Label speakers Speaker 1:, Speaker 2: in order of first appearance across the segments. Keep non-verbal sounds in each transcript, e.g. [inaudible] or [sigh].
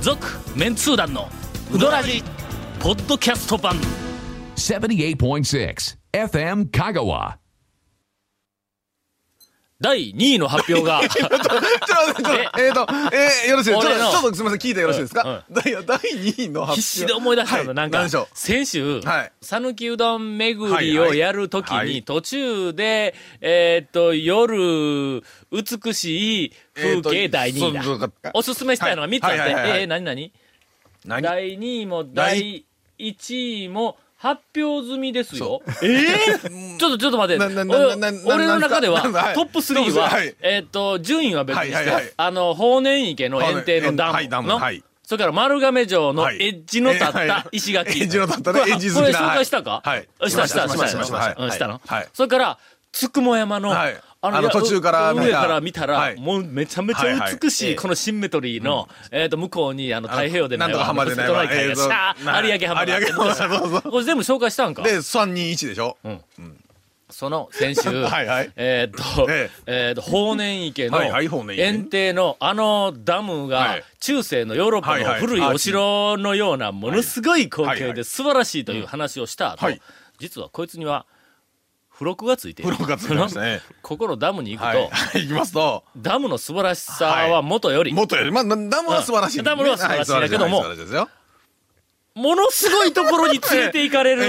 Speaker 1: 続メンツー団のウドラジポッドキャスト版
Speaker 2: 78.6 FM Kagawa.
Speaker 1: 第2位の発表が
Speaker 3: [laughs] ちょっと待ってちょっとえっ、と、えー、よろしいですちょ
Speaker 1: 俺
Speaker 3: っ
Speaker 1: の
Speaker 3: とちょっとすみません、聞いてよろしいですか、第第2位の発表。
Speaker 1: 必死で思い出したの、
Speaker 3: は
Speaker 1: なん
Speaker 3: 何
Speaker 1: か
Speaker 3: でしょう
Speaker 1: 先週
Speaker 3: はい
Speaker 1: 讃岐、うどん巡
Speaker 3: はい
Speaker 1: り
Speaker 3: はい
Speaker 1: をやるときに、
Speaker 3: はい
Speaker 1: 途中で、えーっと夜美しい風景第2位だ、
Speaker 3: えーとそうそうか
Speaker 1: おすすめしたいのが3つあって、
Speaker 3: はいはいはいはい
Speaker 1: えー、何何
Speaker 3: 何
Speaker 1: 第2位も第1位も発表済みですよ。えー、 [laughs] ちょっとちょっと待って。
Speaker 3: ななななな
Speaker 1: お俺の中では
Speaker 3: なんすかはい
Speaker 1: トップ3は、
Speaker 3: はい
Speaker 1: えーっと、順位は別にして、
Speaker 3: はいはいはい
Speaker 1: あの、法然池の園庭のダ
Speaker 3: はいダ
Speaker 1: ム
Speaker 3: ム
Speaker 1: の、
Speaker 3: はい
Speaker 1: それから丸亀城の
Speaker 3: はい
Speaker 1: エッジの立っ
Speaker 3: えーは
Speaker 1: た
Speaker 3: い
Speaker 1: 石垣。
Speaker 3: エッジの立ったね
Speaker 1: これ
Speaker 3: エッジ好き
Speaker 1: こ
Speaker 3: な
Speaker 1: れ紹介したか
Speaker 3: はい
Speaker 1: あしたした、
Speaker 3: し
Speaker 1: した、
Speaker 3: ま
Speaker 1: し、
Speaker 3: した
Speaker 1: した
Speaker 3: たしました
Speaker 1: うん
Speaker 3: はい
Speaker 1: したの
Speaker 3: はい
Speaker 1: それから、つくも山の、
Speaker 3: はいあの途中から
Speaker 1: 上
Speaker 3: 見た
Speaker 1: から見たら、
Speaker 3: はい
Speaker 1: もうめちゃめちゃ美しい、
Speaker 3: はいはい
Speaker 1: このシンメトリーの、えっ、と、向こうに、あの、太平洋で
Speaker 3: なんとか浜でないわ
Speaker 1: 瀬戸内海がシャー
Speaker 3: えー
Speaker 1: 有明浜があって
Speaker 3: 有明浜そうそう
Speaker 1: これ全部紹介したんか
Speaker 3: で、321でしょ、
Speaker 1: その先週
Speaker 3: [laughs] はいはい
Speaker 1: えーっと、え
Speaker 3: え
Speaker 1: ーっと法然池の
Speaker 3: はいはい法然池
Speaker 1: 園庭のあのダム
Speaker 3: は
Speaker 1: が
Speaker 3: い
Speaker 1: 中世のヨーロッパ
Speaker 3: はい
Speaker 1: の
Speaker 3: はい
Speaker 1: 古いお城のようなものすごい光
Speaker 3: はいは
Speaker 1: 景
Speaker 3: いは
Speaker 1: で
Speaker 3: い
Speaker 1: 素晴らしいという話をした後
Speaker 3: はい
Speaker 1: 実はこいつには付録がついている
Speaker 3: 付録がついてましたね
Speaker 1: [laughs] ここのダムに行く
Speaker 3: は
Speaker 1: と、
Speaker 3: い。はい、いきますと、
Speaker 1: ダムの素晴らしさはもとより、
Speaker 3: 元より、まあ、なダムは素晴らしい、
Speaker 1: うんダムは素晴らしいんだけども
Speaker 3: はい素晴らしいですよ
Speaker 1: ものすごいところに連れて行かれ
Speaker 3: [laughs] え
Speaker 1: る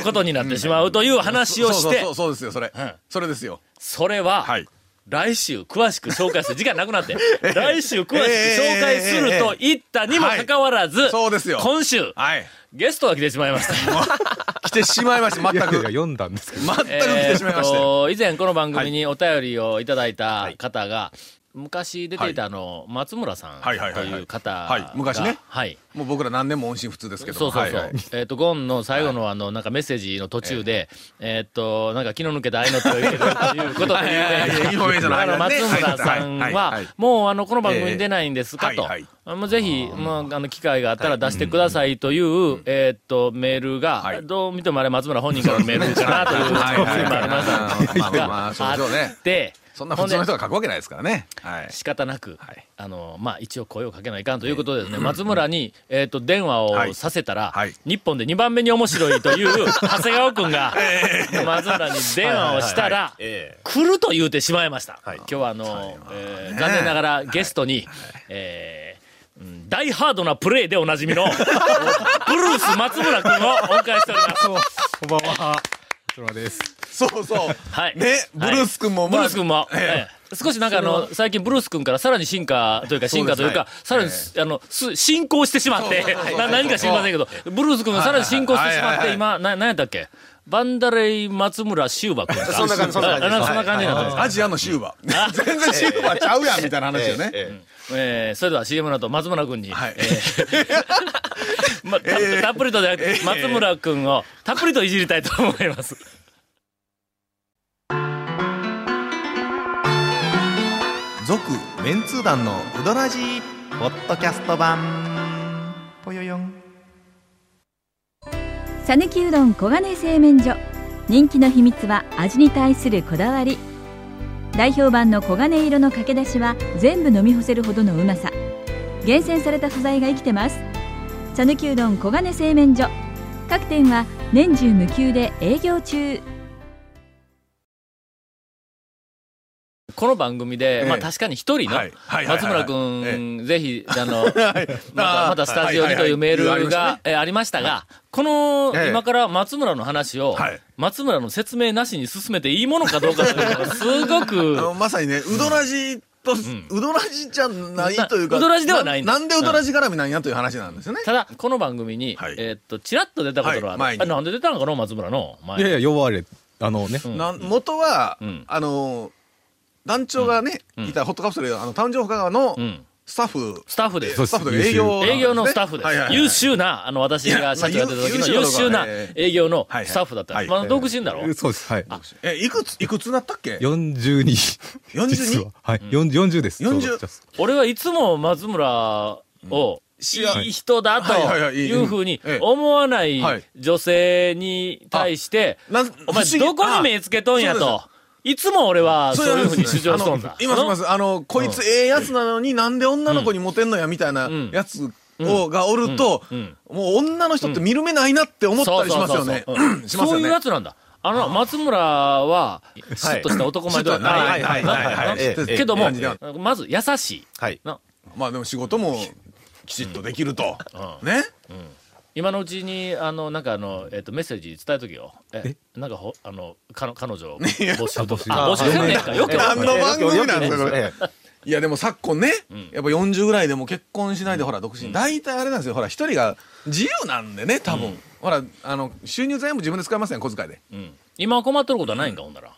Speaker 3: ー
Speaker 1: ことになってしまうという話をし
Speaker 3: そう
Speaker 1: て
Speaker 3: そうそう、そうですよ、それ、
Speaker 1: ん
Speaker 3: それですよ。
Speaker 1: それは、
Speaker 3: はい。
Speaker 1: 来週詳しく紹介する時間なくなって
Speaker 3: [laughs]
Speaker 1: 来週詳しく紹介すると言ったにもかかわらず、
Speaker 3: いそうですよ
Speaker 1: 今週
Speaker 3: はい。
Speaker 1: ゲストが来てしまいました
Speaker 3: 来てしまいました、全く。
Speaker 4: 読んだんですけど。
Speaker 3: 全く [laughs] 来てしまいまして。
Speaker 1: えーと以前この番組にお便りをいただいた方が、昔出ていたあの、松村さんと
Speaker 3: はいはいはいはい
Speaker 1: いう方が、
Speaker 3: はい昔ね
Speaker 1: はい。
Speaker 3: もう僕ら何年も音信不通ですけど
Speaker 1: そうそう
Speaker 3: も
Speaker 1: そう。
Speaker 3: はいはい
Speaker 1: えっ、と、ゴンの最後のあの、なんかメッセージの途中で、えっ、と、なんか気の抜けた愛の手を入れるということで
Speaker 3: いやいやいやインフォメーションの
Speaker 1: あ
Speaker 3: 間
Speaker 1: の、
Speaker 3: にね
Speaker 1: 松村さん
Speaker 3: はいはいはい
Speaker 1: は
Speaker 3: はい、
Speaker 1: もうあの、この番組に出ないんですか
Speaker 3: ええ
Speaker 1: と
Speaker 3: はいはい。
Speaker 1: あもうぜひ、まあ、あの、機会があったら出してくださいという、えっと、メール
Speaker 3: は
Speaker 1: が、
Speaker 3: い
Speaker 1: どう見てもあれ松村本人からのメールかなという
Speaker 3: はいはい
Speaker 1: 思いもありました
Speaker 3: まあまあまあそうでしょうね
Speaker 1: あって
Speaker 3: そんな普通の人が書くわけないですからね。はい。
Speaker 1: 仕方なく、
Speaker 3: はい
Speaker 1: あのまあ、一応声をかけないかんということでですね、松村に、えー、と電話をさせたら、
Speaker 3: はいはい
Speaker 1: 日本で2番目に面白いという
Speaker 3: [laughs]
Speaker 1: 長谷川君が松村に電話をしたら、来ると言うてしまいました、今日はあの、えー残念ながらゲストに、えーうんダイハードなプレイでおなじ
Speaker 3: [laughs]
Speaker 1: みのブルース松村君をお迎えしております。
Speaker 4: こんばんは。松村です。
Speaker 3: そうそう。
Speaker 1: はい
Speaker 3: ね、ブルース君も、
Speaker 1: ブ
Speaker 3: まあ
Speaker 1: ルース君も、ええ少しなんかあの、最近ブルース君からさらに進化というか、進化というか、さ
Speaker 3: そう
Speaker 1: ら
Speaker 3: で
Speaker 1: に
Speaker 3: す、
Speaker 1: あの、す進行してしまって
Speaker 3: そうそうそうそ、う
Speaker 1: [laughs] な何か知りませんけど、ブルース君がさらに進行してしまっ
Speaker 3: はいはいはい
Speaker 1: て、
Speaker 3: はい
Speaker 1: 今、な、何やったっけバンダレイ松村修馬君か。
Speaker 5: そんな感じそんな感じです
Speaker 1: ああそんな感じになってます。
Speaker 3: アジアのシューバー。全然シューバーちゃうやんみたいな話よね。
Speaker 5: ええ
Speaker 1: えーそれでは CM の後、松村君に、
Speaker 3: はい
Speaker 1: えーまたたっぷりとじゃなくて、松村君をたっぷりといじりたいと思います。
Speaker 6: 続メンツー団のウドラジーポッドキャスト版ぽよよん
Speaker 7: さぬきうどん黄金製麺所人気の秘密は味に対するこだわり代表版の黄金色のかけだしは全部飲み干せるほどのうまさ厳選された素材が生きてます「さぬきうどん黄金製麺所」各店は年中無休で営業中
Speaker 1: この番組で、
Speaker 3: ええ
Speaker 1: まあ確かに一人の
Speaker 3: はいはいはいはい
Speaker 1: 松村君、ぜひ、あ
Speaker 3: [laughs]
Speaker 1: の、また
Speaker 3: あー
Speaker 1: またスタジオにというメー
Speaker 3: はいは
Speaker 1: ル
Speaker 3: いはい
Speaker 1: がえーありましたが、この
Speaker 3: ええ
Speaker 1: 今から松村の話を
Speaker 3: はい、
Speaker 1: 松村の説明なしに進めていいものかどうかというのが、すご
Speaker 3: あの
Speaker 1: く、
Speaker 3: まさにね、うどらじと、うどらじじゃないというか。
Speaker 1: うどらじではないんです
Speaker 3: なんでうどらじ絡みなんやという話なんですよね。
Speaker 1: ただ、この番組に
Speaker 3: はい、
Speaker 1: えーっと、ちらっと出たことがあ
Speaker 3: は
Speaker 1: って
Speaker 3: い前に
Speaker 1: あなんで出たのかな、松村の。前
Speaker 4: いやいや、呼ばれ、あのね、
Speaker 3: なん元は
Speaker 1: うん、
Speaker 3: あの、団長がね、いたホットカプセル、あの、誕生日課の
Speaker 1: うん
Speaker 3: スタッフ、
Speaker 1: スタッフです
Speaker 3: ス。タッフというか営業。
Speaker 1: 営業のスタッフです。
Speaker 3: はいはいはい
Speaker 1: 優秀な、あの、私が社長やってた時の
Speaker 3: いやまあ優
Speaker 1: 優秀な
Speaker 3: 優秀な
Speaker 1: 営業のスタッフだった。
Speaker 3: はいはい
Speaker 1: まあ、独身だろ
Speaker 4: そうです。はい。
Speaker 3: え、いくつ、いくつなったっけ
Speaker 4: 42。実
Speaker 3: ?42?
Speaker 4: は。はい。40です。
Speaker 3: 40
Speaker 4: ちょうど
Speaker 1: 俺はいつも松村を、いい人だと
Speaker 3: はいはいはいいい
Speaker 1: いうふうに
Speaker 3: ええ
Speaker 1: 思わない
Speaker 3: はい
Speaker 1: 女性に対して、
Speaker 3: なん
Speaker 1: お前
Speaker 3: 不思議
Speaker 1: どこに目つけとんや
Speaker 3: そうで
Speaker 1: と、いつも俺はそういうふうに主張しとん
Speaker 3: あ
Speaker 1: だ
Speaker 3: の。今しま
Speaker 1: の
Speaker 3: す。あの、こいつええやつなのになんで女の子にモテんのやみたいな
Speaker 1: うん
Speaker 3: やつをがおると、
Speaker 1: うん
Speaker 3: もう女の人って見る目ないなって思ったりしますよね
Speaker 1: そうそうそうそう。
Speaker 3: しますよ
Speaker 1: そういう
Speaker 3: ね
Speaker 1: や。つなんだ。あの、松村は、シュッとした男前ではない。
Speaker 3: はい
Speaker 6: はいはいはいは
Speaker 1: な
Speaker 6: いえ
Speaker 3: え
Speaker 1: けども
Speaker 3: ええ、
Speaker 1: まず優しい。
Speaker 6: はい。
Speaker 1: な
Speaker 3: まあでも仕事もきちっとできると。ね。
Speaker 1: 今のうちに、あの、なんかあの、えっと、メッセージ伝えとけよ。え、なんかほ、あの、彼彼女を募集とか。あ、募集せんねんか。よく
Speaker 3: 何の番組なんですかこれ
Speaker 6: ええ
Speaker 3: いやでも昨今ね、やっぱ40ぐらいでも結婚しないでほら独身、大体あれなんですよほら一人が自由なんでね多分、ほらあの収入全部自分で使いますやん小遣いで
Speaker 1: うん今は困っとることはないんか、ほんなら。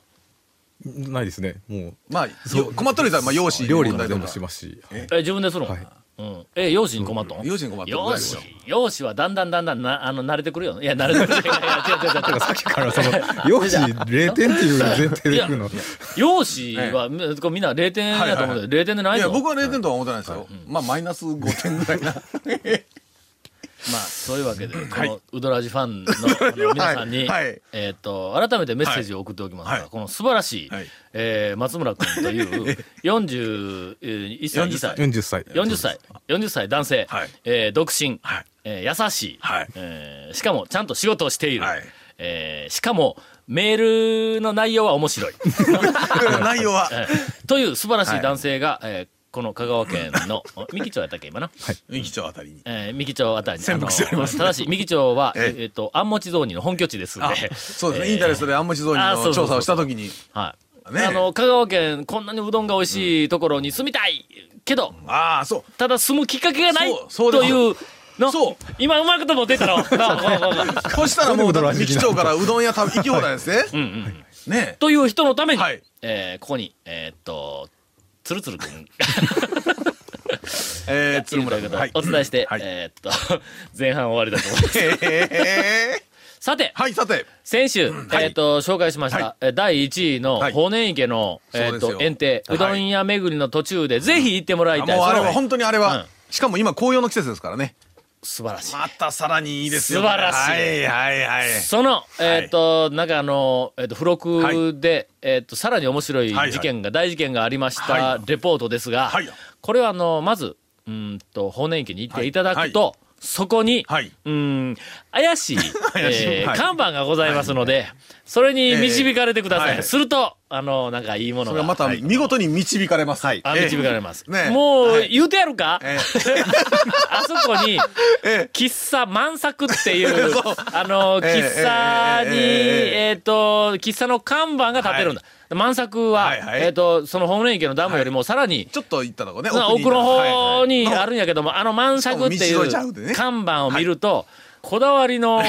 Speaker 4: ないですね。も
Speaker 3: まあよ困っとる人はまあ容
Speaker 4: う
Speaker 3: 姿
Speaker 4: 料理
Speaker 3: 問
Speaker 4: も
Speaker 3: 題
Speaker 4: 全
Speaker 3: と
Speaker 4: 部
Speaker 3: か
Speaker 4: しますし。
Speaker 1: え、自分でするの、
Speaker 4: はい
Speaker 1: うん。え、容姿に困っとん
Speaker 3: 容姿に困っとん
Speaker 1: 容姿、容姿はだんだんだんだんな、あの、慣れてくるよ。いや、慣
Speaker 3: [laughs]
Speaker 1: れてくる。いやいや違う違う違う。
Speaker 4: さっきから
Speaker 1: [laughs]
Speaker 4: その容姿0点っていう前提でいくの。
Speaker 1: 容姿は、これみんな0点やと思うけど、0点でない
Speaker 3: い
Speaker 1: ぞ。
Speaker 3: や僕は0点とは思ってないですよ、まあマイナス5点ぐらいな
Speaker 1: まあ、そういうわけで、このウドラジファンのあの皆さんに、
Speaker 3: はいはい
Speaker 1: えっ、と、改めてメッセージを送っておきますが、
Speaker 3: はい
Speaker 1: この素晴らしい、
Speaker 3: はい
Speaker 1: えー松村君と
Speaker 3: [laughs]
Speaker 1: いう、41歳、2歳、
Speaker 4: 40歳。
Speaker 1: 40歳、40歳男性、
Speaker 3: はい
Speaker 1: えー独身、
Speaker 3: はい
Speaker 1: えー優しい、
Speaker 3: はい
Speaker 1: えーしかもちゃんと仕事をしている、
Speaker 3: はい
Speaker 1: えーしかもメールの内容は面
Speaker 3: [laughs]
Speaker 1: 白い。
Speaker 3: 内容は
Speaker 1: えーという素晴らしい男性が、えーこの香川県の、
Speaker 3: [laughs]
Speaker 1: お三木町やったっけ、今な。
Speaker 3: 三木町あたりに
Speaker 1: えー三木町あたりに。
Speaker 3: 潜伏しておりま
Speaker 1: あ
Speaker 3: す
Speaker 1: のただし、三木町は、え
Speaker 3: え
Speaker 1: っ、と、安茂地雑煮の本拠地ですん
Speaker 3: あ
Speaker 1: で。
Speaker 3: そうですね、
Speaker 1: えー
Speaker 3: インタレストであんま地蔵
Speaker 1: あ
Speaker 3: に
Speaker 1: そうそうそう
Speaker 3: の調査をした時に
Speaker 1: はい。
Speaker 3: ね
Speaker 1: あの、香川県、こんなにうどんが美味しいところに住みたいけど、
Speaker 3: ああそう
Speaker 1: ただ住むきっかけがない
Speaker 3: そうそうで
Speaker 1: と
Speaker 3: す
Speaker 1: いうの。
Speaker 3: そう
Speaker 1: 今うまくとも出
Speaker 3: [laughs]
Speaker 1: たの。なななな
Speaker 3: そしたらもう
Speaker 4: それでも
Speaker 3: だって三木町からうどん屋食べ行き放題ですね、
Speaker 1: うんうん
Speaker 3: ね
Speaker 1: という人のために、
Speaker 3: はい
Speaker 1: えーここに、えーっと、つるつるく
Speaker 3: [laughs]
Speaker 1: ん。
Speaker 3: えー、鶴
Speaker 1: と
Speaker 3: 村
Speaker 1: いうこ
Speaker 3: 君
Speaker 1: と
Speaker 3: は
Speaker 1: で
Speaker 3: い
Speaker 1: [laughs] お伝えして、
Speaker 3: はい
Speaker 1: えーっと、 [laughs] 前半終わりだと思います。 [laughs]
Speaker 3: えー
Speaker 1: さて、
Speaker 3: [laughs] はいさて
Speaker 1: 先週、えっ、と、紹介しました、えー第1位の、
Speaker 3: はい
Speaker 1: 法然池の、えっ、
Speaker 3: そうです
Speaker 1: と、
Speaker 3: よ
Speaker 1: 園庭、うどん屋巡りの途中で、ぜひ行ってもらい
Speaker 3: あ
Speaker 1: たい。
Speaker 3: もうあれ
Speaker 1: そ
Speaker 3: は本当にあれは、
Speaker 1: うん
Speaker 3: しかも今紅葉の季節ですからね
Speaker 1: 素晴らしい。
Speaker 3: またさらにいいですよ
Speaker 1: 素晴らしい
Speaker 3: はいはいはい
Speaker 1: その、えっ、と、なんかあの、えっ、と、付録で、えっ、と、さらに面白い事件が、大事件がありました、
Speaker 3: は
Speaker 1: レポートですが、
Speaker 3: はい
Speaker 1: これはあの、まず、うーんと、法然池に行っていただくと、
Speaker 3: は
Speaker 1: そこに、
Speaker 3: はいう
Speaker 1: ーん、怪しい、
Speaker 3: [laughs] 怪しい
Speaker 1: えー
Speaker 3: はい
Speaker 1: 看板がございますので、それに導かれてください。
Speaker 3: えーはい
Speaker 1: すると、あの、なんかいいもの
Speaker 3: そ
Speaker 1: が。
Speaker 3: れがまた見事に導かれます、はい
Speaker 1: あ、導かれます。
Speaker 3: ねえ
Speaker 1: もう、
Speaker 3: はい
Speaker 1: 言うてやるか、
Speaker 3: え
Speaker 1: [laughs] あそこに、
Speaker 3: [laughs] え
Speaker 1: 喫茶満作って
Speaker 3: [laughs]
Speaker 1: いう、あの、
Speaker 3: ええ
Speaker 1: 喫茶に、
Speaker 3: ええ
Speaker 1: えっ、と、喫茶の看板が立てるんだ。満作は、
Speaker 3: はいはい
Speaker 1: えっ、と、その本園池のダムよりもさらに、
Speaker 3: ちょっと行った
Speaker 1: [laughs]
Speaker 3: とこね
Speaker 1: まあ
Speaker 3: に
Speaker 1: 奥の方に
Speaker 3: はいはい
Speaker 1: あるんやけども、あの満作ってい
Speaker 3: しかも道沿いちゃうで
Speaker 1: う
Speaker 3: ね
Speaker 1: 看板を見ると、こだわり
Speaker 3: [laughs]
Speaker 1: の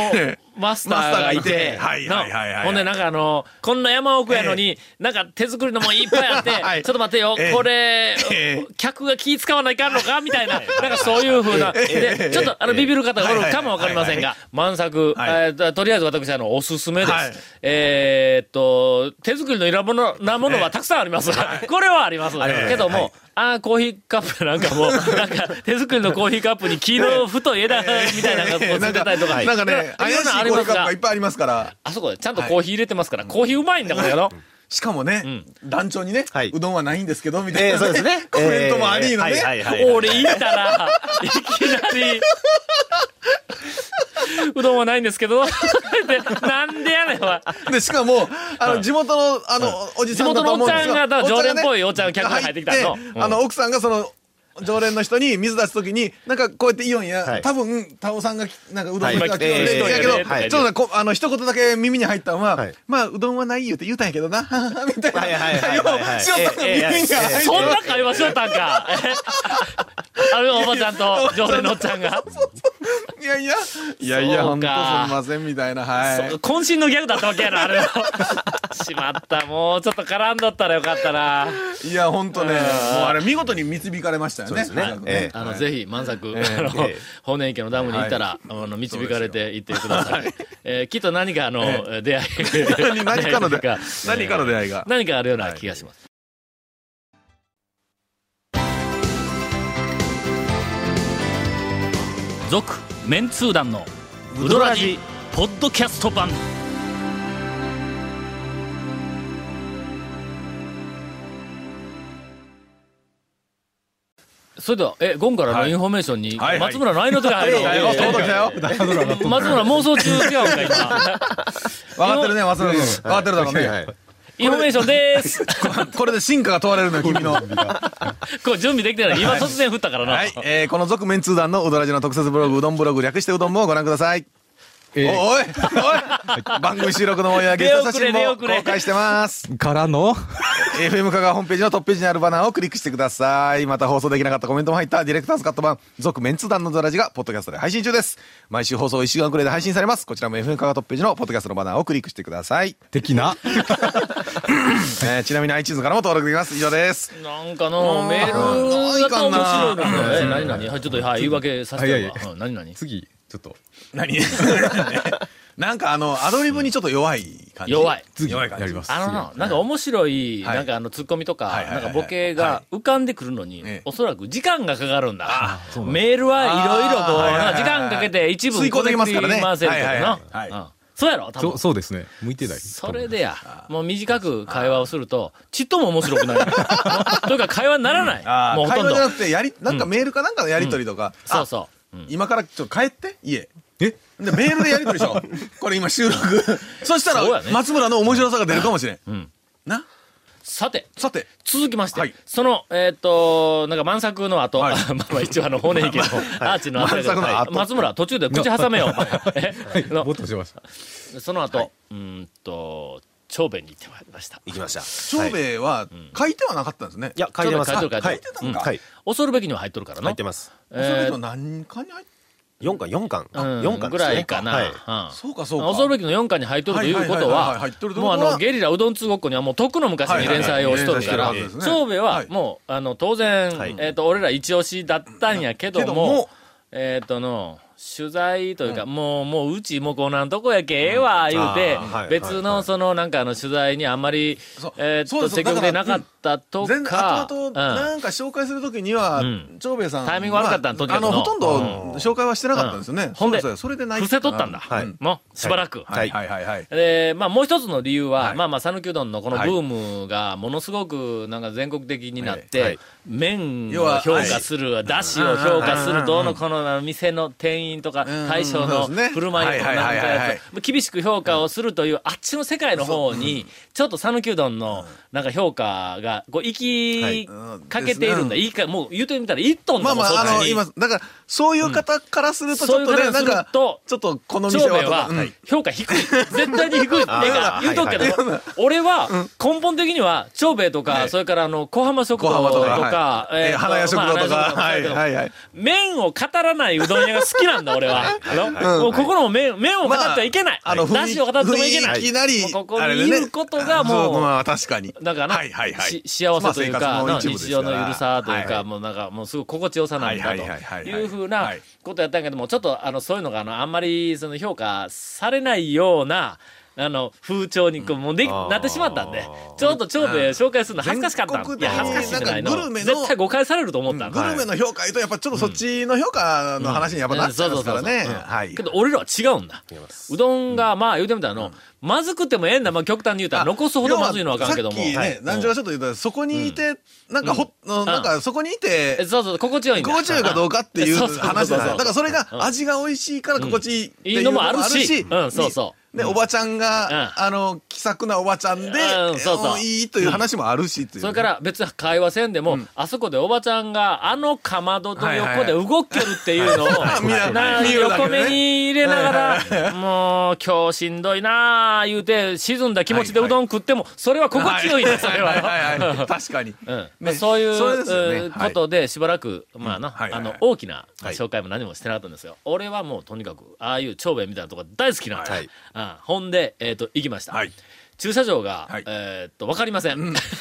Speaker 1: マスターがいて、
Speaker 3: マスターがいてはいはいはい
Speaker 1: の
Speaker 3: はい
Speaker 1: ほんでなんかあの、こんな山奥やのに、なんか手作りのもんいっぱいあって、
Speaker 3: [laughs] はい
Speaker 1: ちょっと待ってよ、
Speaker 3: ええ
Speaker 1: これ、
Speaker 3: え
Speaker 1: 客が気使わないかんのかみたい
Speaker 3: [laughs]
Speaker 1: な、なんかそういうふうな、で、ちょっとあのビビる方がおるかもわかりませんが、満作、え
Speaker 3: はい
Speaker 1: ーととりあえず私あの、おすすめです
Speaker 3: はい。
Speaker 1: えーっと、手作りのいらんものなものはたくさんありますが、 [laughs] これはあります。けども、ああ、コーヒーカップなんか
Speaker 3: [laughs]
Speaker 1: も、なんか手作りのコーヒーカップに黄色太い枝みたいなのがこうつけたりとか、
Speaker 3: なんかね怪しい
Speaker 1: ろんなのあります
Speaker 3: コーヒーカップ
Speaker 1: が
Speaker 3: がいっ、ぱいありますから
Speaker 1: あそこでちゃんとコーヒー入れてますから、コーヒーうまいんだ、これの。
Speaker 3: しかもね、団長にね、
Speaker 6: はいう
Speaker 3: どんはないんですけどみたいな、。
Speaker 6: ええそうですね
Speaker 3: [laughs] コメントもありのね、
Speaker 6: ええはいはいはいはい。
Speaker 1: 俺行ったら、いきなり、うどんはないんですけど、でなんでやねん、お前。
Speaker 3: でしかもあの地元のあの、おじさんだと思うんです
Speaker 1: 地元のおっちゃんが
Speaker 3: おっちゃ
Speaker 1: 常
Speaker 3: んが
Speaker 1: 連
Speaker 3: ね
Speaker 1: っぽいおっちゃんが客が入ってきたの
Speaker 3: 入って
Speaker 1: うん
Speaker 3: あの奥さんがその常連の人に水出すときに、なんかこうやってイオンや、
Speaker 6: はい
Speaker 3: 多分、タオさんがき、なんかうどんが来
Speaker 6: はい
Speaker 3: たんやけ
Speaker 6: え
Speaker 3: ど、
Speaker 6: えはい
Speaker 3: ちょっとこあの、一言だけ耳に入ったのは、
Speaker 6: はい
Speaker 3: まあ、うどんはないよって言うたんやけどな、みたいな。
Speaker 6: はいはいはいはいはい
Speaker 3: しおたんが耳に入った。
Speaker 6: ええええ
Speaker 1: そんな会話しよったんか。あのおばちゃんと常連のおっちゃんが。
Speaker 3: いやいや、いやいや、
Speaker 1: そう
Speaker 3: 本当すみ
Speaker 1: か
Speaker 3: ません、みたいな、はい。
Speaker 1: そう渾身のギャグだったわけやな、あれ [laughs] は。しまった、もうちょっと絡んどったらよかったな。
Speaker 3: いや、本当ね、もうあれ見事に導かれましたよね。
Speaker 6: そうですねええ
Speaker 1: あの、ぜひ、満作、あの
Speaker 6: ええ、
Speaker 1: 法然池のダムに行ったら、あの、導かれて行ってください。えーきっと何かあの、出会 [laughs] い。
Speaker 3: 何かの
Speaker 1: 出会いとい
Speaker 3: 出
Speaker 1: うか
Speaker 3: 何かの出会いが。
Speaker 1: 何かあるような気がします。続、メンツー団のウドラジポッドキャスト版それでは、え、ゴンからのインフォメーションに、
Speaker 3: はい
Speaker 1: 松村ないの手が入るの、
Speaker 3: はいはい
Speaker 1: えー
Speaker 3: 届いたよ
Speaker 1: 松村妄想中違うんか、今。
Speaker 3: 分かってるね松村君分かってるだろうね、 [laughs]
Speaker 1: インフォメーションでーす。
Speaker 3: これで進化が問われるのよ君のは
Speaker 1: こう準備できてない。今突然降ったからな。
Speaker 3: い、えーこの続面通談のうどらじの特設ブログうどんブログ略してうどんもご覧くださいおいおい
Speaker 1: [laughs]
Speaker 3: 番組収録の模様やゲスト写真
Speaker 1: 出
Speaker 3: も
Speaker 1: 遅れ出遅れ
Speaker 3: 公開してます
Speaker 4: からの
Speaker 3: FM 香川ホームページのトップページにあるバナーをクリックしてくださいまた放送できなかったコメントも入ったディレクターズカット版「続メンツ団のドラジ」がポッドキャストで配信中です毎週放送1週間くらいで配信されますこちらも FM 香川トップページのポッドキャストのバナーをクリックしてください、
Speaker 4: 的な
Speaker 3: [laughs] えーちなみに iTunes からも登録できます以上です
Speaker 1: なんかの、メールだと面白いのよね。え何何はい、ちょっと、はい、言い訳させてよ
Speaker 4: はいはい。
Speaker 1: うん何何
Speaker 4: 次ちょっと
Speaker 3: 何 [laughs] なんかあのアドリブにちょっと弱い感じ
Speaker 1: 弱い。
Speaker 4: 次
Speaker 3: 弱
Speaker 4: や
Speaker 3: い感じ
Speaker 4: ります
Speaker 1: あのな、なんか面白い、
Speaker 3: はい
Speaker 1: なんかあの、ツッコミとか、
Speaker 3: はいはい
Speaker 1: な
Speaker 3: は
Speaker 1: ん
Speaker 3: い
Speaker 1: かボケが浮かんでくるのに
Speaker 3: ええ、
Speaker 1: おそらく時間がかかるんだ。メールはいろいろこう
Speaker 3: あーはいはい
Speaker 1: な
Speaker 3: は、い
Speaker 1: 時間かけて一部
Speaker 3: 遂行できますからね
Speaker 1: 回せるけど
Speaker 3: はい
Speaker 1: な
Speaker 3: はいはい
Speaker 1: うん。そうやろ多
Speaker 4: そう
Speaker 1: 分。
Speaker 4: そうですね向いてない
Speaker 1: それでや、もう短く会話をすると、ちっとも面白
Speaker 3: [laughs]
Speaker 1: くない。というか会話になら
Speaker 3: あ
Speaker 1: ない。
Speaker 3: ー
Speaker 1: もうほ
Speaker 3: 会
Speaker 1: とんど
Speaker 3: 話じゃ。なくてやりなんかメールかなんかのやり取りとか、あ
Speaker 1: そうそう。うん
Speaker 3: 今からちょっと帰って家
Speaker 4: え
Speaker 3: でメールでやり取りしよ
Speaker 1: [laughs]
Speaker 3: うこれ今収録そした
Speaker 1: そうや
Speaker 3: ら
Speaker 1: ね
Speaker 3: 松村の面白さが出るかもしれん、
Speaker 1: ん
Speaker 3: な
Speaker 1: さて、
Speaker 3: さて
Speaker 1: 続きまして、
Speaker 3: はい
Speaker 1: その、えっ、と、なんか満作の後、
Speaker 3: は
Speaker 1: [laughs]
Speaker 3: い
Speaker 1: まあまあ一応あ
Speaker 3: [laughs]
Speaker 1: の、骨池の [laughs] アーチの後やけど
Speaker 3: 満作の後
Speaker 1: はい松村、途中で口挟め
Speaker 3: [laughs]
Speaker 1: よ。 [laughs] え
Speaker 4: はい
Speaker 1: の
Speaker 4: ぼっとしました
Speaker 1: その後、うーんと、長兵衛に行ってまいりました。
Speaker 6: 行きました。
Speaker 3: 長
Speaker 6: はい。
Speaker 3: 兵衛は書いてはなかったんですね、
Speaker 6: いや、書いてます。
Speaker 1: 書いてる
Speaker 6: は
Speaker 1: 書
Speaker 6: い
Speaker 1: いてる
Speaker 3: 書いてたんか、
Speaker 6: は
Speaker 3: はい
Speaker 6: い。
Speaker 1: 恐るべきには入っとるからな。
Speaker 6: 書いてます。
Speaker 3: その
Speaker 1: え
Speaker 3: 時
Speaker 1: ー
Speaker 3: は何かに入っ
Speaker 6: 4巻、4巻。
Speaker 1: うん
Speaker 6: 4巻
Speaker 1: ぐらいかな。
Speaker 6: はい。
Speaker 1: うん
Speaker 3: そうかそうか
Speaker 1: 恐るべきの4巻に入っとるということ
Speaker 3: はいはいはいは
Speaker 1: は、
Speaker 3: い入っとるという
Speaker 1: もう
Speaker 3: こ
Speaker 1: あ
Speaker 3: とは
Speaker 1: の、ゲリラうどん通ごっこにはもうとっくの昔に連載をしとるから、
Speaker 3: はいはいはい連載してるはずですね
Speaker 1: 長兵衛は
Speaker 3: はい
Speaker 1: もう、あの、当然、
Speaker 6: はい
Speaker 1: えっ、と、俺ら一押しだったんやけど
Speaker 3: けど
Speaker 1: も
Speaker 3: も、
Speaker 1: えっ、との、取材というか、もう、もう、うちもこうなんとこやけ、ええわ、言うて
Speaker 6: あーはいはい、
Speaker 1: 別
Speaker 6: は
Speaker 1: の、
Speaker 6: い
Speaker 1: その、なんかあの、取材にあんまり
Speaker 3: そう、
Speaker 1: えっ、
Speaker 3: そう
Speaker 1: と、
Speaker 3: ですそう
Speaker 1: 積極でなかったと
Speaker 3: た全
Speaker 1: か、
Speaker 3: 後々
Speaker 1: うん
Speaker 3: なんか紹介するときには、
Speaker 1: うん
Speaker 3: 長兵衛さん
Speaker 1: タイミング悪かったんとにか
Speaker 3: あ
Speaker 1: くの
Speaker 3: のほとんど紹介はしてなかったんですよね、
Speaker 1: うんほんで
Speaker 3: そうそうそれでない
Speaker 1: 伏せとったんだ。
Speaker 6: はい
Speaker 1: もう、しばらく。
Speaker 3: はいはいはいはい
Speaker 1: で、まあ、もう一つの理由は、
Speaker 3: はい
Speaker 1: まあまあ、讃岐うどんのこのブ
Speaker 3: はい
Speaker 1: ームが、ものすごく、なんか全国的になっ
Speaker 6: はいは
Speaker 1: て
Speaker 6: い、
Speaker 1: 麺
Speaker 3: 要
Speaker 1: を
Speaker 3: は
Speaker 1: 評価する、だしを評価す
Speaker 3: うんうんう
Speaker 1: る、
Speaker 3: ん
Speaker 1: どうのこのあの店の店員とか、
Speaker 3: ん
Speaker 1: 大将の
Speaker 3: そうですね
Speaker 1: 振る舞いとか、なんか
Speaker 3: はいはいはいは
Speaker 1: や
Speaker 3: い
Speaker 1: つ、厳しく評価をするという、あっちの世界の方に、ちょっと讃岐うどんの、なんか評価が、こう、行きかけているんだ。
Speaker 3: はい
Speaker 1: いか、もう言うてみたら、一トン
Speaker 3: ま
Speaker 1: だ
Speaker 3: あ
Speaker 1: も
Speaker 3: ま
Speaker 1: んそ
Speaker 3: あ、
Speaker 1: っち
Speaker 3: あの、
Speaker 1: に
Speaker 3: 今、だから、そういう方からすると、ちょっと
Speaker 1: そうい
Speaker 3: ね、
Speaker 1: う方
Speaker 3: な
Speaker 1: か
Speaker 3: ん
Speaker 1: らす
Speaker 3: か
Speaker 1: る、と
Speaker 3: ちょっと、この
Speaker 1: 長
Speaker 3: 店
Speaker 1: 兵衛
Speaker 3: はとか、う
Speaker 1: は
Speaker 3: ん
Speaker 1: 評価低い。絶対に低
Speaker 3: [laughs]
Speaker 1: い。ってか
Speaker 6: あー
Speaker 1: 言うとくけ
Speaker 6: はい
Speaker 1: ど、俺は根本的には長兵衛と
Speaker 3: は
Speaker 1: か、
Speaker 3: い
Speaker 1: それからあの、小浜食堂
Speaker 3: 小浜
Speaker 1: と
Speaker 3: とか
Speaker 1: か、
Speaker 3: はいえ
Speaker 1: と
Speaker 3: 花屋食堂とか
Speaker 1: まあ花
Speaker 3: は
Speaker 1: 屋食堂もそうや
Speaker 3: い
Speaker 1: けど
Speaker 3: はいはい
Speaker 1: 麺を語らないうどん屋が好きなんだ、俺
Speaker 3: [laughs]
Speaker 1: は。あのもうここの麺、麺を語ってはいけない。
Speaker 3: あの、
Speaker 1: だしを語ってもいけない。
Speaker 3: いきなり、
Speaker 1: もうここ
Speaker 3: あれ
Speaker 1: に
Speaker 3: で
Speaker 1: い
Speaker 3: ね
Speaker 1: ることがもう
Speaker 3: そうまあ、確かに。
Speaker 1: だからな、
Speaker 3: はいはいはい
Speaker 1: し幸せというか、
Speaker 3: まあ生活の
Speaker 1: な
Speaker 3: 一部です
Speaker 1: 日
Speaker 3: か
Speaker 1: 常
Speaker 3: ら
Speaker 1: のゆるさというか、
Speaker 3: はい
Speaker 1: もうなんか、もうすごく心地よさなんだ
Speaker 3: はいはいはいはい
Speaker 1: と
Speaker 3: はい
Speaker 1: いうふうな
Speaker 3: はい
Speaker 1: ことやったんやけども、ちょっとあのそういうのがあのあんまりその評価されないような、あの風潮にこうもうできなってしまったんで、ちょっと長兵衛紹介するの恥ずかしかった
Speaker 3: 全
Speaker 1: ん。
Speaker 3: 国
Speaker 1: いや、
Speaker 3: 的
Speaker 1: 恥
Speaker 3: に
Speaker 1: ずかしいじゃない
Speaker 3: なんかグル
Speaker 1: の。
Speaker 3: メの
Speaker 1: 絶対誤解されると思ったん
Speaker 3: グルメの評価と、やっぱちょっとそっちの評価の話にやっぱなっちゃいますから
Speaker 1: うん
Speaker 3: ね。
Speaker 1: そうそうそうそう
Speaker 3: はい。
Speaker 1: けど俺らは違うんだ。うどんが、まあ言うてみたらあの、まずくてもええんだ。まあ極端に言うたら、残すほどまずいのはあかんけども。
Speaker 3: 要はさっき
Speaker 1: は
Speaker 3: ね
Speaker 1: い、
Speaker 3: 南條がちょっと言ったら、そこにいて、なんかほ、
Speaker 1: ん
Speaker 3: なんかそこにいて
Speaker 1: え、そうそう、心地よいんだ。
Speaker 3: 心地よいかどうかっていう
Speaker 1: そうそうそう
Speaker 3: 話ですね。だからそれ
Speaker 1: うん
Speaker 3: が味が美味しいから心地いいって
Speaker 1: い
Speaker 3: い
Speaker 1: いうの
Speaker 3: の
Speaker 1: も
Speaker 3: も
Speaker 1: あ
Speaker 3: あ
Speaker 1: る
Speaker 3: る
Speaker 1: し
Speaker 3: し、。
Speaker 1: うんそうそう
Speaker 3: で、おばちゃんが、
Speaker 1: う
Speaker 3: あの、気さくなおばちゃんで、
Speaker 1: うんそうそう
Speaker 3: もういいという話もあるしっていうね。
Speaker 1: それから別に会話せんでも、あそこでおばちゃんがあのかまどの横で動けるっていうのを、
Speaker 3: [laughs] いはい
Speaker 1: な
Speaker 3: 見るだけ
Speaker 1: 横
Speaker 3: でね
Speaker 1: 目に入れながら、もう今日しんどいなあ言うて、沈んだ気持ちでうどん食っても、それは心地よいね、それ
Speaker 3: はい
Speaker 1: は。
Speaker 3: はいはいはい確かに。
Speaker 1: うんまあ
Speaker 3: ね
Speaker 1: そうい
Speaker 3: それですよね
Speaker 1: ううん
Speaker 3: はい
Speaker 1: ことでしばらく、まあな、
Speaker 3: はいはい
Speaker 1: あ
Speaker 3: はい
Speaker 1: の、大きな紹介も何もしてなかったんですよ。俺はもうとにかく、ああいう長兵衛みたいなとこ大好きなんで、
Speaker 6: はい
Speaker 1: あほんで、えっ、と、行きました。
Speaker 3: はい
Speaker 1: 駐車場が、
Speaker 3: はい
Speaker 1: えっと、わかりません。 [laughs]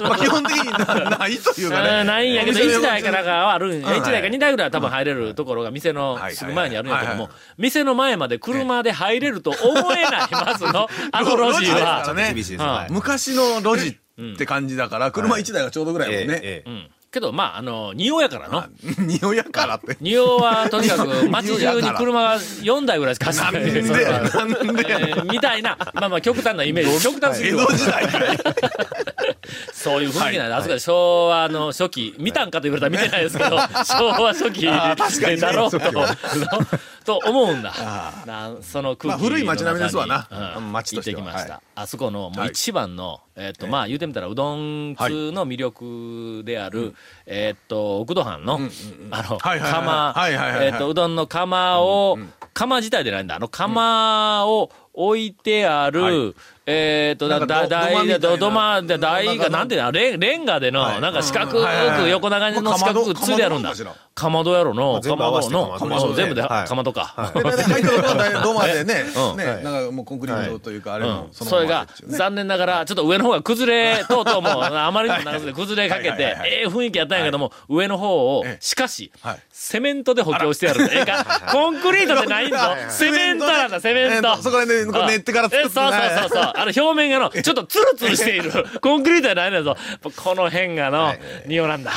Speaker 3: まあ基本的になないというか
Speaker 1: う
Speaker 3: ね。
Speaker 1: ん [laughs] ないんやけど、
Speaker 3: お店
Speaker 1: 1
Speaker 3: の
Speaker 1: 台かなんかはあるんや。
Speaker 3: うん
Speaker 1: 1台か2台ぐらいは多分入れるところが店の
Speaker 3: はい
Speaker 1: すぐ前にあるんやけど
Speaker 3: はい
Speaker 1: も
Speaker 3: は、
Speaker 1: 店の前まで車で入れると思えない、まずの、あの路地
Speaker 3: 路地です
Speaker 1: は
Speaker 3: か。らね
Speaker 6: 厳しいです。はい
Speaker 3: 昔の路地って感じだから、車1台がちょうどぐらいもんね。
Speaker 6: ええええ
Speaker 1: うんけど、まあ、あの、仁王やからの。
Speaker 3: 匂いやからって。
Speaker 1: 仁王はとにかく街中に車が4台ぐらいしか走ってない [laughs]
Speaker 3: なんでなんで
Speaker 1: えーみたいな、まあまあ極端なイメージ、極端すぎ
Speaker 3: 江
Speaker 1: る
Speaker 3: 戸時代から
Speaker 1: そういう雰囲気なんで、あそこで昭和の初期、見たんかと言われたら見てないですけど、昭和初期だろうと、と思うんだ。なその空気の中に。
Speaker 3: まあ古い街並みですわな
Speaker 1: うん行
Speaker 3: 街と
Speaker 1: っ
Speaker 3: して
Speaker 1: て
Speaker 3: は
Speaker 1: きまし
Speaker 3: は
Speaker 1: た。あそこのもう一番の、えっと、まあ言うてみたらうどん通の魅力である、えっと、奥戸藩の、あの、
Speaker 3: はいはい
Speaker 1: 釜
Speaker 3: はいはいはい、はい
Speaker 1: えっと、うどんの釜を、釜自体でないんだ。あの釜を置いてある、えっと、だ、だ、だ、だ、どま、だ、台が、なんていうの、レンレンガでの、なんか四角く横長の四角くついてあるんだ。かまどやろの、か
Speaker 6: 全部
Speaker 1: ま
Speaker 6: 合わせ
Speaker 1: ど
Speaker 6: て
Speaker 1: の、
Speaker 6: かま
Speaker 1: そ
Speaker 6: ど
Speaker 1: う全部で、
Speaker 6: はい
Speaker 1: かまどか。
Speaker 3: で大体入ったとこは大体土間でね、
Speaker 1: [laughs] うん
Speaker 3: ね、なんかもうコンクリートというか、あれ
Speaker 1: うん
Speaker 3: も、その
Speaker 1: それ
Speaker 3: まま
Speaker 1: が
Speaker 3: ですよね
Speaker 1: 残念ながらちょっと上の方が崩れとうとうもうあまりの長さで崩れかけてええ雰囲気やったんやけども上の方を
Speaker 3: ええ
Speaker 1: しかし
Speaker 3: はい
Speaker 1: セメントで補強してやるええかコンクリートじゃないんぞ
Speaker 3: はいはい
Speaker 1: セメントなんだセメン
Speaker 3: え
Speaker 1: ト
Speaker 3: ーとそこら辺でこう練ってから作って
Speaker 1: えそうそうそうそうあの表面がのちょっとツルツルしているコンクリートじゃないんだぞこの辺がの匂いなんだ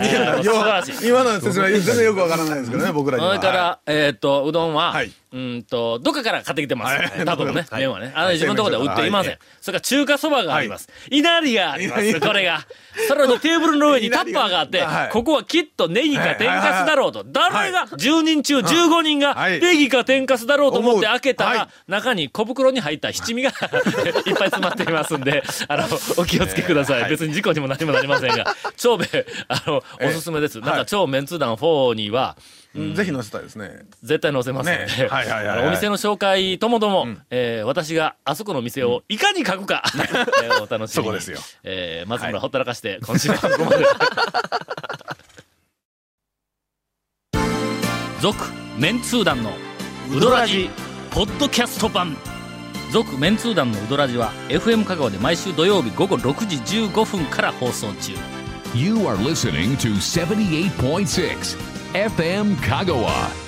Speaker 1: えー素晴らしい
Speaker 3: 今の説明は全然よくわからないですけどね、僕らに
Speaker 1: そ
Speaker 3: は。
Speaker 1: れから、えーっと、うどんは、
Speaker 3: はいう
Speaker 1: ーんと、どっかから買ってきてます。
Speaker 3: は
Speaker 1: [laughs]
Speaker 3: い
Speaker 1: 多分ね、
Speaker 3: はい
Speaker 1: 麺はね。あの、自分のところでは売っていません。
Speaker 3: は
Speaker 1: それから中華そばがあります。いなりがありま
Speaker 3: いな
Speaker 1: す、
Speaker 3: り
Speaker 1: これが。それのテーブルの上に
Speaker 3: い
Speaker 1: タ
Speaker 3: な
Speaker 1: ッ
Speaker 3: り
Speaker 1: パーがあって、
Speaker 3: はい
Speaker 1: ここはきっとネギか天かすだろうと。誰が、10人中15人が
Speaker 3: はい
Speaker 1: ネギか天かすだろうと思って
Speaker 3: 思う
Speaker 1: 開けたら、
Speaker 3: は
Speaker 1: 中に小袋に入った七味が [laughs] いっぱい詰まっていますんで、あの、お気をつけください。別に事故にも何もなりませんが、長兵衛、あの、おすすめです。なんか超メンツ団4には、
Speaker 3: うんぜひ載せたいですね。
Speaker 1: 絶対載せますので、
Speaker 3: ねはいはいはいはい
Speaker 1: あのお店の紹介ともども、えー私があそこの店をいかに書くか、 [laughs] えーお楽しみに。
Speaker 3: そこですよ
Speaker 1: えー松村ほったらかして、今週はここま
Speaker 3: [laughs]
Speaker 1: で。続、メンツー団のウドラジ、ポッドキャスト版。続、メンツー団のウドラジは、FM 香川で毎週土曜日午後6時15分から放送中。
Speaker 2: You are listening to 78.6 FM Kagawa.